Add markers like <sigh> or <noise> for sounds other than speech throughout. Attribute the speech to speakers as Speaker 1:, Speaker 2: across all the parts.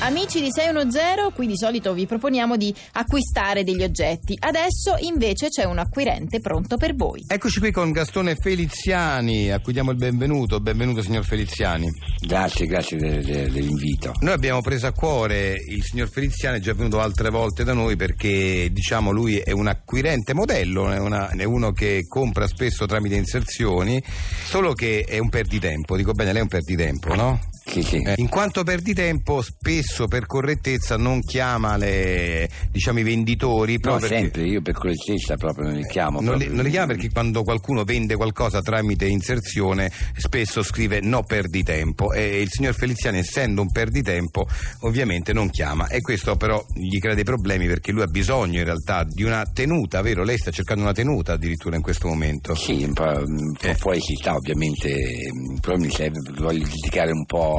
Speaker 1: Amici di 610, qui di solito vi proponiamo di acquistare degli oggetti. Adesso invece c'è un acquirente pronto per voi.
Speaker 2: Eccoci qui con Gastone Feliziani, a cui diamo il benvenuto. Benvenuto signor Feliziani.
Speaker 3: Grazie, grazie de- de- dell'invito.
Speaker 2: Noi abbiamo preso a cuore il signor Feliziani, è già venuto altre volte da noi perché diciamo lui è un acquirente modello, è, una- è uno che compra spesso tramite inserzioni, solo che è un perditempo, dico bene, lei è un perditempo, no?
Speaker 3: Sì, sì.
Speaker 2: Eh, In quanto perditempo, spesso per correttezza non chiama le- diciamo, i venditori
Speaker 3: No,
Speaker 2: proprio perché-
Speaker 3: sempre, io per correttezza proprio non li chiamo.
Speaker 2: Non li,
Speaker 3: proprio.
Speaker 2: non li chiama perché quando qualcuno vende qualcosa tramite inserzione spesso scrive no perditempo e il signor Feliziani essendo un perditempo ovviamente non chiama e questo però gli crea dei problemi perché lui ha bisogno in realtà di una tenuta, vero? Lei sta cercando una tenuta addirittura in questo momento.
Speaker 3: Sì, un po', mm, po-
Speaker 2: Eh.
Speaker 3: poi si sta ovviamente, mm, però mi serve, voglio dedicare un po'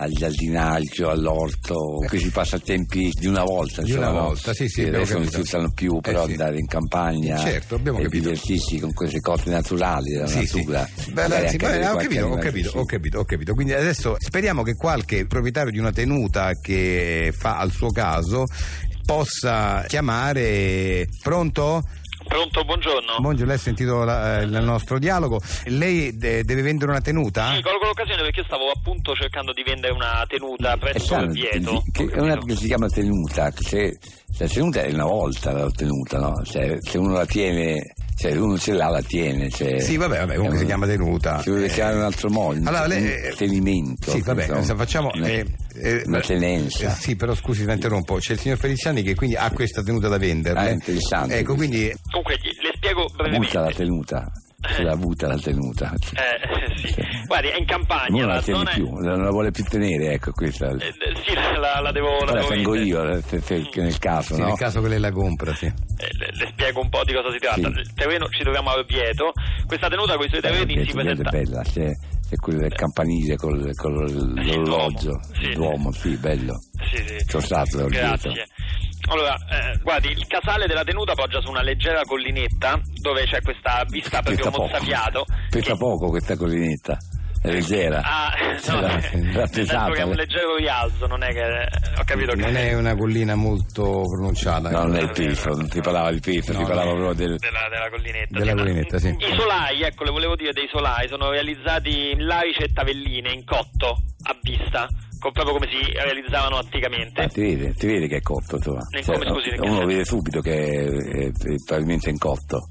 Speaker 3: al giardinaggio, all'orto, questi passatempi di una volta.
Speaker 2: Eh. Di
Speaker 3: insomma,
Speaker 2: una
Speaker 3: no?
Speaker 2: volta, sì, sì,
Speaker 3: Che
Speaker 2: abbiamo
Speaker 3: adesso non si
Speaker 2: capito.
Speaker 3: usano più,
Speaker 2: Eh,
Speaker 3: però
Speaker 2: sì.
Speaker 3: andare in campagna
Speaker 2: Certo, abbiamo
Speaker 3: e
Speaker 2: capito.
Speaker 3: divertirsi con queste cose naturali della
Speaker 2: Sì, sì.
Speaker 3: natura.
Speaker 2: Beh,
Speaker 3: magari
Speaker 2: anzi,
Speaker 3: anche
Speaker 2: beh,
Speaker 3: avere
Speaker 2: ho capito,
Speaker 3: qualche
Speaker 2: ho
Speaker 3: animale,
Speaker 2: capito,
Speaker 3: sì.
Speaker 2: ho capito, ho capito. Quindi adesso speriamo che qualche proprietario di una tenuta che fa al suo caso possa chiamare pronto?
Speaker 4: Pronto, buongiorno.
Speaker 2: Mongio, lei ha sentito la- eh, il nostro dialogo. Lei de- deve vendere una tenuta?
Speaker 3: Ah.
Speaker 4: Sì, colgo l'occasione perché io stavo appunto cercando di vendere una tenuta
Speaker 3: È
Speaker 4: presso
Speaker 3: strano,
Speaker 4: Vieto.
Speaker 3: Eh, che-
Speaker 4: ho
Speaker 3: è una
Speaker 4: capito.
Speaker 3: che si chiama tenuta, che se, la tenuta è una volta la tenuta, no? Cioè, se uno la tiene, cioè uno ce l'ha la tiene. Cioè,
Speaker 2: Sì, vabbè, vabbè, comunque
Speaker 3: è
Speaker 2: si
Speaker 3: un-
Speaker 2: chiama tenuta.
Speaker 3: Si vuole
Speaker 2: Eh,
Speaker 3: chiamare un altro modo,
Speaker 2: Allora,
Speaker 3: un
Speaker 2: lei- eh,
Speaker 3: tenimento.
Speaker 2: Sì, vabbè,
Speaker 3: insomma.
Speaker 2: se facciamo.
Speaker 3: Una-
Speaker 2: eh, eh,
Speaker 3: una
Speaker 2: beh,
Speaker 3: tenenza.
Speaker 2: eh, sì, però scusi, la interrompo. C'è il signor Feliziani che quindi ha questa tenuta da vendere.
Speaker 3: Ah, è interessante
Speaker 2: Ecco,
Speaker 3: questo.
Speaker 2: quindi.
Speaker 4: Comunque gli- le spiego
Speaker 3: Butta la
Speaker 4: brevemente.
Speaker 3: tenuta, se la butta la tenuta.
Speaker 4: Eh, <laughs> sì. Guardi, è in campagna,
Speaker 3: Cioè, Non la
Speaker 4: la
Speaker 3: tiene
Speaker 4: zona è-
Speaker 3: più, non la vuole più tenere, ecco questa.
Speaker 4: eh, eh, sì, <laughs> la, la devo
Speaker 3: Poi
Speaker 4: la
Speaker 3: La
Speaker 4: devo
Speaker 3: tengo
Speaker 4: vendere.
Speaker 3: io, eh, se- se- che nel caso,
Speaker 2: Sì,
Speaker 3: no?
Speaker 2: nel caso che lei la compra, sì.
Speaker 4: Eh, le, le spiego un po' di cosa si tratta.
Speaker 3: Sì.
Speaker 4: Il terreno ci troviamo a Vieto. Questa tenuta con i suoi
Speaker 3: Eh,
Speaker 4: terreni
Speaker 3: perché
Speaker 4: si
Speaker 3: Toledo
Speaker 4: presenta.
Speaker 3: è bella, c'è, c'è quello del campanile col- con l'orologio,
Speaker 4: Eh. l'uomo, sì.
Speaker 3: l'uomo, sì, bello.
Speaker 4: Sì, sì.
Speaker 3: Sono stato da
Speaker 4: Grazie.
Speaker 3: Vieto.
Speaker 4: Allora, eh, guardi, il casale della tenuta poggia su una leggera collinetta dove c'è questa vista proprio
Speaker 3: Pesa poco.
Speaker 4: mozzafiato.
Speaker 3: Pesa
Speaker 4: che-
Speaker 3: poco questa collinetta, è leggera.
Speaker 4: Ah, no,
Speaker 3: Era- era
Speaker 4: nel senso che è
Speaker 3: pesata. eh.
Speaker 4: un leggero rialzo, non è che ho capito che
Speaker 2: Esatto. Non è una collina molto pronunciata.
Speaker 3: No, non è il peso, non si parlava di peso,
Speaker 2: No,
Speaker 3: si parlava
Speaker 4: eh.
Speaker 2: no.
Speaker 3: proprio del...
Speaker 4: della, della collinetta.
Speaker 2: Della
Speaker 4: ma-
Speaker 2: collinetta, sì.
Speaker 4: I solai, ecco, le volevo dire dei solai, sono realizzati in larice e tavelline in cotto a vista, co- proprio come si realizzavano anticamente.
Speaker 3: Ah, ti vede, ti vede che è cotto, insomma.
Speaker 4: Eh, come, scusi, nel
Speaker 3: uno
Speaker 4: caso?
Speaker 3: vede subito che è, è, è probabilmente in cotto.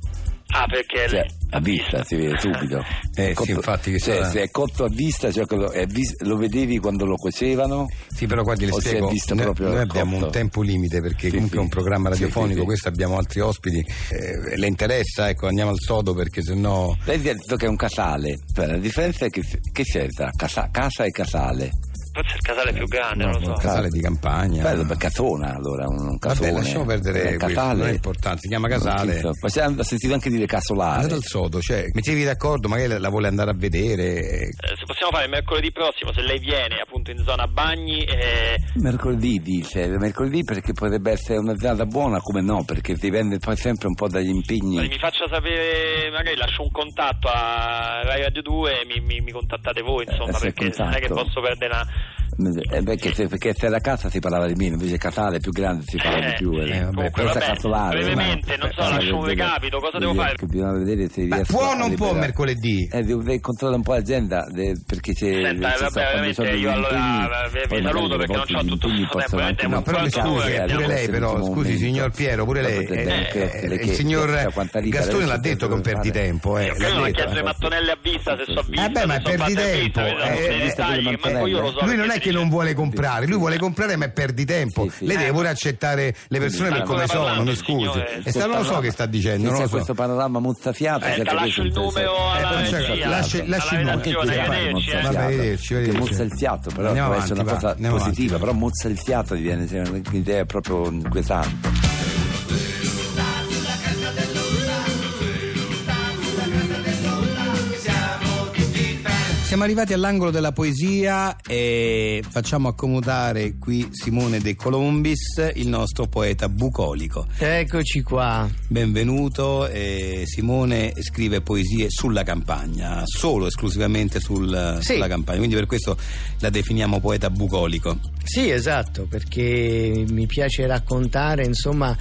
Speaker 4: Ah, perché
Speaker 3: Cioè, a vista si vede subito.
Speaker 2: Eh, sì, infatti che
Speaker 3: cioè,
Speaker 2: sarà-
Speaker 3: se è cotto a vista, cioè, quello- è vis- lo vedevi quando lo cuocevano?
Speaker 2: Sì, però guardi, le
Speaker 3: O si è
Speaker 2: spiego.
Speaker 3: vista
Speaker 2: noi,
Speaker 3: proprio
Speaker 2: noi
Speaker 3: al
Speaker 2: abbiamo
Speaker 3: cotto?
Speaker 2: un tempo limite perché
Speaker 3: Sì,
Speaker 2: comunque
Speaker 3: sì.
Speaker 2: è un programma
Speaker 3: Sì, sì,
Speaker 2: radiofonico,
Speaker 3: sì.
Speaker 2: questo abbiamo altri ospiti. Eh, le interessa, ecco, andiamo al sodo perché sennò.
Speaker 3: Lei ha detto che è un casale, Cioè, la differenza è che, che c'è tra casa, casa e casale.
Speaker 4: <laughs> Forse il casale è più grande,
Speaker 2: Eh, no,
Speaker 4: non lo
Speaker 2: un
Speaker 4: so.
Speaker 2: casale di campagna.
Speaker 3: Bello, beh, casona allora, un, un casone.
Speaker 2: Vabbè, lasciamo perdere
Speaker 3: Eh,
Speaker 2: questo, non è importante, si chiama casale.
Speaker 3: Non so, Ma si è sentito anche dire casolare.
Speaker 2: Andate al sodo, cioè, mettevi d'accordo, magari la- la vuole andare a vedere.
Speaker 4: Eh, se possiamo fare mercoledì prossimo, se lei viene appunto in zona bagni, eh,
Speaker 3: Mercoledì dice, mercoledì perché potrebbe essere una giornata buona, come no, perché dipende poi sempre un po' dagli impegni.
Speaker 4: mi faccia sapere, magari lascio un contatto a Rai Radio 2 e mi, mi- mi contattate voi,
Speaker 3: Eh,
Speaker 4: insomma,
Speaker 3: se il
Speaker 4: perché non è che
Speaker 3: contatto-
Speaker 4: posso perdere una...
Speaker 3: Eh, perché, se, perché se era casa si parlava di meno, invece casale più grande si parla di più.
Speaker 4: Eh, sì,
Speaker 3: eh,
Speaker 2: comunque,
Speaker 3: pensa
Speaker 4: vabbè,
Speaker 3: casolare,
Speaker 4: brevemente, non so,
Speaker 3: Eh,
Speaker 4: lascio un
Speaker 3: devo-
Speaker 4: recapito, cosa devo
Speaker 3: dire
Speaker 4: fare?
Speaker 3: che Bisogna vedere se
Speaker 2: Ma
Speaker 3: riesco
Speaker 2: può
Speaker 3: a
Speaker 2: o non può
Speaker 3: liberare-
Speaker 2: mercoledì?
Speaker 3: Eh, dovrei controllare un po' l'agenda eh, perché c'è.
Speaker 4: Senta,
Speaker 3: ci
Speaker 4: vabbè,
Speaker 3: sta- quando
Speaker 4: veramente,
Speaker 3: sono degli
Speaker 4: io allora, eh,
Speaker 3: impegni,
Speaker 4: vi- vi
Speaker 3: poi magari
Speaker 4: saluto
Speaker 3: delle
Speaker 4: perché non
Speaker 3: volte
Speaker 4: c'ho
Speaker 3: gli
Speaker 4: tutto
Speaker 3: impegni
Speaker 4: il tempo,
Speaker 3: possono
Speaker 4: eh,
Speaker 3: anche
Speaker 4: è un
Speaker 3: no,
Speaker 2: però mi
Speaker 4: quarto d'ora
Speaker 2: scusi,
Speaker 4: che
Speaker 2: eh, pure
Speaker 4: abbiamo
Speaker 2: lei però,
Speaker 3: questo
Speaker 2: scusi
Speaker 3: momento.
Speaker 2: signor Piero, pure lei,
Speaker 3: Dopo te-
Speaker 2: eh,
Speaker 3: te-
Speaker 2: eh,
Speaker 3: te-
Speaker 2: il
Speaker 3: che-
Speaker 2: signor
Speaker 3: chissà quanta riga
Speaker 2: Gastone
Speaker 3: adesso
Speaker 2: l'ha detto che è un
Speaker 3: deve fare.
Speaker 2: perditempo, eh,
Speaker 4: Io
Speaker 2: l'ha
Speaker 4: non ho
Speaker 2: detto.
Speaker 4: chiesto le mattonelle a vista se so vista.
Speaker 2: Eh beh, ma è
Speaker 4: se so
Speaker 2: perditempo,
Speaker 4: fatte a vista,
Speaker 2: eh,
Speaker 4: vedo,
Speaker 2: eh,
Speaker 4: dei
Speaker 2: vista
Speaker 4: dettagli
Speaker 3: delle
Speaker 4: che manco io lo so
Speaker 2: Lui non
Speaker 4: perché
Speaker 2: è che
Speaker 4: dice-
Speaker 2: non vuole comprare, lui vuole comprare ma è perditempo.
Speaker 3: Sì, sì.
Speaker 2: Lei deve
Speaker 3: Eh.
Speaker 2: pure accettare le persone per
Speaker 3: Sì, sta
Speaker 2: come
Speaker 4: ancora
Speaker 2: sono, mi
Speaker 4: parlando,
Speaker 2: scusi.
Speaker 4: signore.
Speaker 2: E sta- non lo so che sta dicendo,
Speaker 3: Sì,
Speaker 2: non
Speaker 3: c'è
Speaker 2: lo so.
Speaker 3: questo panorama muzzafiato.
Speaker 4: Senta,
Speaker 3: c'è
Speaker 4: lascio il
Speaker 3: questo-
Speaker 4: numero alla
Speaker 2: lascia-
Speaker 4: regia,
Speaker 2: lasci- lasci il
Speaker 4: alla
Speaker 2: numero.
Speaker 4: redazione,
Speaker 2: Che
Speaker 3: Mozza
Speaker 4: arrivederci,
Speaker 3: il
Speaker 4: eh.
Speaker 2: Va bene, arrivederci, arrivederci.
Speaker 3: Mozza il fiato, però
Speaker 2: Andiamo
Speaker 3: deve
Speaker 2: avanti,
Speaker 3: essere una
Speaker 2: va,
Speaker 3: cosa
Speaker 2: andiamo
Speaker 3: positiva,
Speaker 2: avanti.
Speaker 3: però mozza il fiato diviene cioè, un'idea proprio inquietante.
Speaker 2: Siamo siamo arrivati all'angolo della poesia e facciamo accomodare qui Simone De Colombis, il nostro poeta bucolico.
Speaker 5: Eccoci qua.
Speaker 2: Benvenuto, eh, Simone scrive poesie sulla campagna, solo esclusivamente sul-
Speaker 5: Sì.
Speaker 2: sulla campagna, quindi per questo la definiamo poeta bucolico.
Speaker 5: Sì, esatto, perché mi piace raccontare, insomma,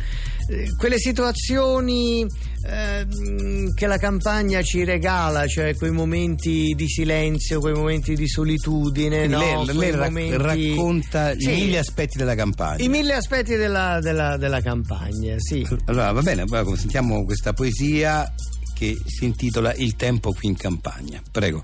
Speaker 5: eh, quelle situazioni ehm, che la campagna ci regala, cioè quei momenti di silenzio, quei momenti di solitudine,
Speaker 2: Quindi
Speaker 5: Eh no?
Speaker 2: lei,
Speaker 5: Quei
Speaker 2: lei rac-
Speaker 5: momenti-
Speaker 2: racconta i
Speaker 5: Sì,
Speaker 2: mille aspetti della campagna.
Speaker 5: i mille aspetti della, della- della campagna, sì.
Speaker 2: Allora va bene, allora sentiamo questa poesia che si intitola Il tempo qui in campagna. Prego.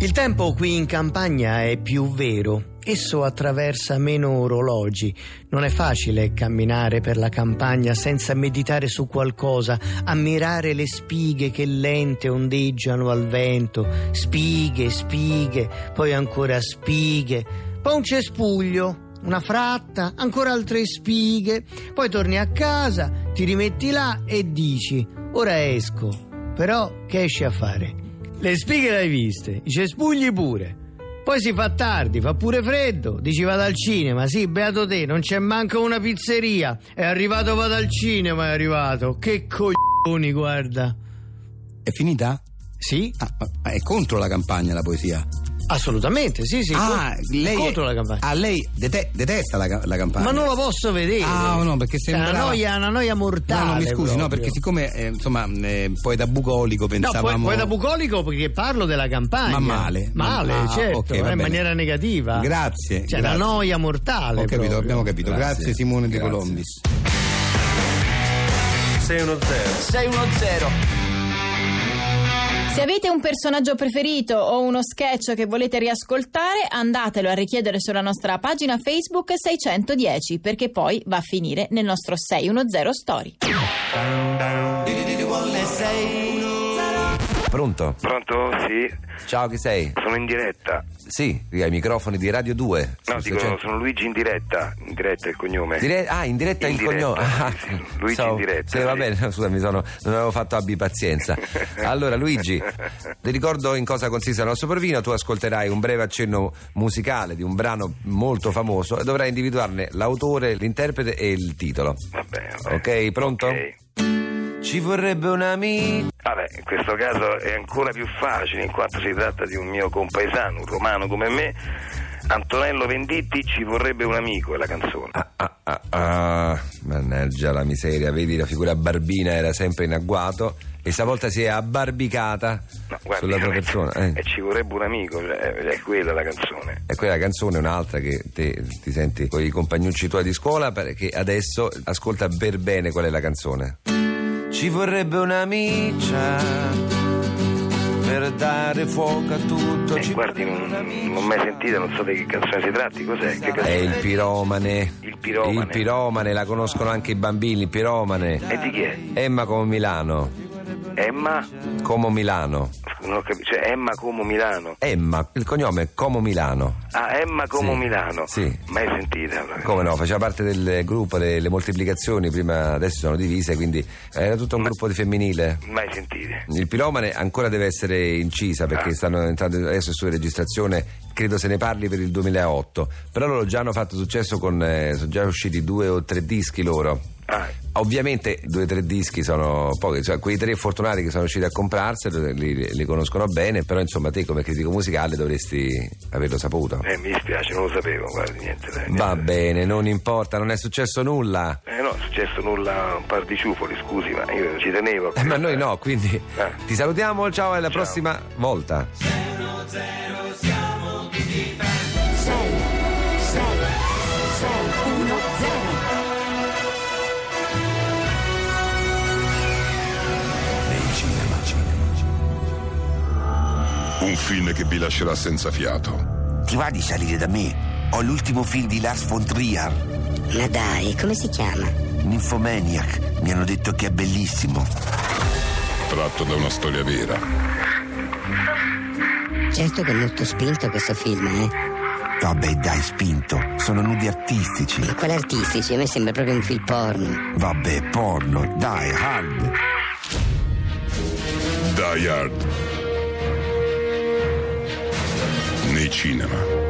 Speaker 5: Il tempo qui in campagna è più vero. Esso attraversa meno orologi. Non è facile camminare per la campagna senza meditare su qualcosa, ammirare le spighe che lente ondeggiano al vento. Spighe, spighe, poi ancora spighe. Poi un cespuglio. Una fratta, ancora altre spighe, poi torni a casa, ti rimetti là e dici: Ora esco. Però che esci a fare? Le spighe le hai viste, i cespugli pure. Poi si fa tardi, fa pure freddo. Dici vado al cinema, sì, beato te, non c'è manco una pizzeria. È arrivato vado al cinema, è arrivato. Che coglioni, guarda.
Speaker 2: È finita?
Speaker 5: Sì,
Speaker 2: Ah, ma è contro la campagna la poesia.
Speaker 5: assolutamente, sì, sì. co- contro la campagna.
Speaker 2: Ah, lei dete- detesta la, ca- la campagna.
Speaker 5: Ma non la posso vedere.
Speaker 2: Ah, no, perché
Speaker 5: È una
Speaker 2: sembrava-
Speaker 5: noia, una noia mortale.
Speaker 2: No, no, mi scusi, no,
Speaker 5: proprio.
Speaker 2: perché siccome eh, insomma, eh, poeta bucolico
Speaker 5: No,
Speaker 2: pensavamo
Speaker 5: poi, poi da bucolico perché parlo della campagna.
Speaker 2: Ma male.
Speaker 5: Male,
Speaker 2: Ma- ah,
Speaker 5: certo,
Speaker 2: ok,
Speaker 5: eh,
Speaker 2: va
Speaker 5: in
Speaker 2: bene.
Speaker 5: maniera negativa.
Speaker 2: Grazie.
Speaker 5: Cioè,
Speaker 2: grazie.
Speaker 5: la noia
Speaker 2: Ho
Speaker 5: mortale.
Speaker 2: capito,
Speaker 5: proprio.
Speaker 2: abbiamo capito. Grazie,
Speaker 6: Grazie.
Speaker 2: Simone De
Speaker 6: Grazie.
Speaker 2: Colombis.
Speaker 5: 610.
Speaker 1: Se avete un personaggio preferito o uno sketch che volete riascoltare, andatelo a richiedere sulla nostra pagina Facebook 610 perché poi va a finire nel nostro 610 Story.
Speaker 3: Pronto?
Speaker 7: Pronto? Sì,
Speaker 3: Ciao, chi sei?
Speaker 7: sono in diretta.
Speaker 3: Sì, ai microfoni di Radio 2.
Speaker 7: No,
Speaker 3: Sì,
Speaker 7: dico,
Speaker 3: se c'è-
Speaker 7: sono Luigi in diretta. In diretta è il cognome.
Speaker 3: Dire- ah, in diretta
Speaker 7: In
Speaker 3: il
Speaker 7: diretta,
Speaker 3: cognome. Ah,
Speaker 7: sì, sì. Luigi
Speaker 3: so-
Speaker 7: in diretta,
Speaker 3: Sì, va
Speaker 7: sì.
Speaker 3: bene, <laughs> scusa, mi sono, non avevo fatto abbi
Speaker 7: <laughs>
Speaker 3: pazienza. Allora, Luigi, ti ricordo in cosa consiste il nostro provino. Tu ascolterai un breve accenno musicale di un brano molto famoso e dovrai individuarne l'autore, l'interprete e il titolo.
Speaker 7: Vabbè, vabbè.
Speaker 3: Ok, pronto?
Speaker 7: Ok.
Speaker 3: Ci vorrebbe un amico.
Speaker 7: Vabbè, in questo caso è ancora più facile in quanto si tratta di un mio compaesano, un romano come me. Antonello Venditti ci vorrebbe un amico, è la canzone.
Speaker 3: Ah, ah, ah, ah, mannaggia la miseria, vedi la figura barbina era sempre in agguato e stavolta si è abbarbicata
Speaker 7: No, guardi,
Speaker 3: sulla tua
Speaker 7: eh,
Speaker 3: persona. eh.
Speaker 7: eh, ci vorrebbe un amico, cioè, è è quella la canzone.
Speaker 3: E quella canzone è un'altra che te- ti senti con i compagnucci tuoi di scuola perché adesso ascolta per bene qual è la canzone. Ci vorrebbe un'amica per dare fuoco a tutto.
Speaker 7: Eh,
Speaker 3: Ci
Speaker 7: guardi,
Speaker 3: vorrebbe
Speaker 7: non,
Speaker 3: un'amica.
Speaker 7: non mai sentita, non so di che canzone si tratti, cos'è? Che
Speaker 3: È
Speaker 7: canzone?
Speaker 3: il piromane.
Speaker 7: Il piromane.
Speaker 3: Eh, Il piromane, la conoscono anche i bambini, il piromane.
Speaker 7: E di chi è?
Speaker 3: Emma come Milano.
Speaker 7: Emma?
Speaker 3: Como Milano.
Speaker 7: Non ho capito, cioè Emma Como Milano.
Speaker 3: Emma, il cognome è Como Milano.
Speaker 7: Ah, Emma Como
Speaker 3: Sì,
Speaker 7: Milano.
Speaker 3: sì.
Speaker 7: Mai sentita. allora.
Speaker 3: Come no, faceva parte del gruppo delle moltiplicazioni, prima adesso sono divise, quindi era tutto un gruppo di femminile.
Speaker 7: Mai sentite.
Speaker 3: Il pilomane ancora deve essere incisa perché
Speaker 7: Ah.
Speaker 3: stanno entrando adesso su registrazione, credo se ne parli per il 2008, però loro già hanno fatto successo con, eh, sono già usciti due o tre dischi loro.
Speaker 7: Ah,
Speaker 3: Ovviamente due o tre dischi sono pochi, cioè quei tre fortunati che sono riusciti a comprarselo li, li conoscono bene, però insomma te come critico musicale dovresti averlo saputo.
Speaker 7: eh, mi dispiace, non lo sapevo, guardi, niente. dai, niente.
Speaker 3: Va bene, non importa, non è successo nulla.
Speaker 7: Eh no, è successo nulla, un par di ciufoli, scusi, ma io ci tenevo.
Speaker 3: Eh, Ma noi no, quindi
Speaker 7: Eh.
Speaker 3: ti salutiamo, ciao e alla
Speaker 7: Ciao.
Speaker 3: prossima volta.
Speaker 8: Un film che vi lascerà senza fiato.
Speaker 9: Ti va di salire da me? Ho l'ultimo film di Lars von Trier,
Speaker 10: Ma dai, come si chiama?
Speaker 9: Nymphomaniac. Mi hanno detto che è bellissimo.
Speaker 8: Tratto da una storia vera.
Speaker 10: Certo che è molto spinto questo film, eh?
Speaker 9: Vabbè, dai, spinto. Sono nudi artistici.
Speaker 10: Ma quale artistici? A me sembra proprio un film porno.
Speaker 9: Vabbè, porno. Dai, hard.
Speaker 8: Die Hard.
Speaker 10: di cinema.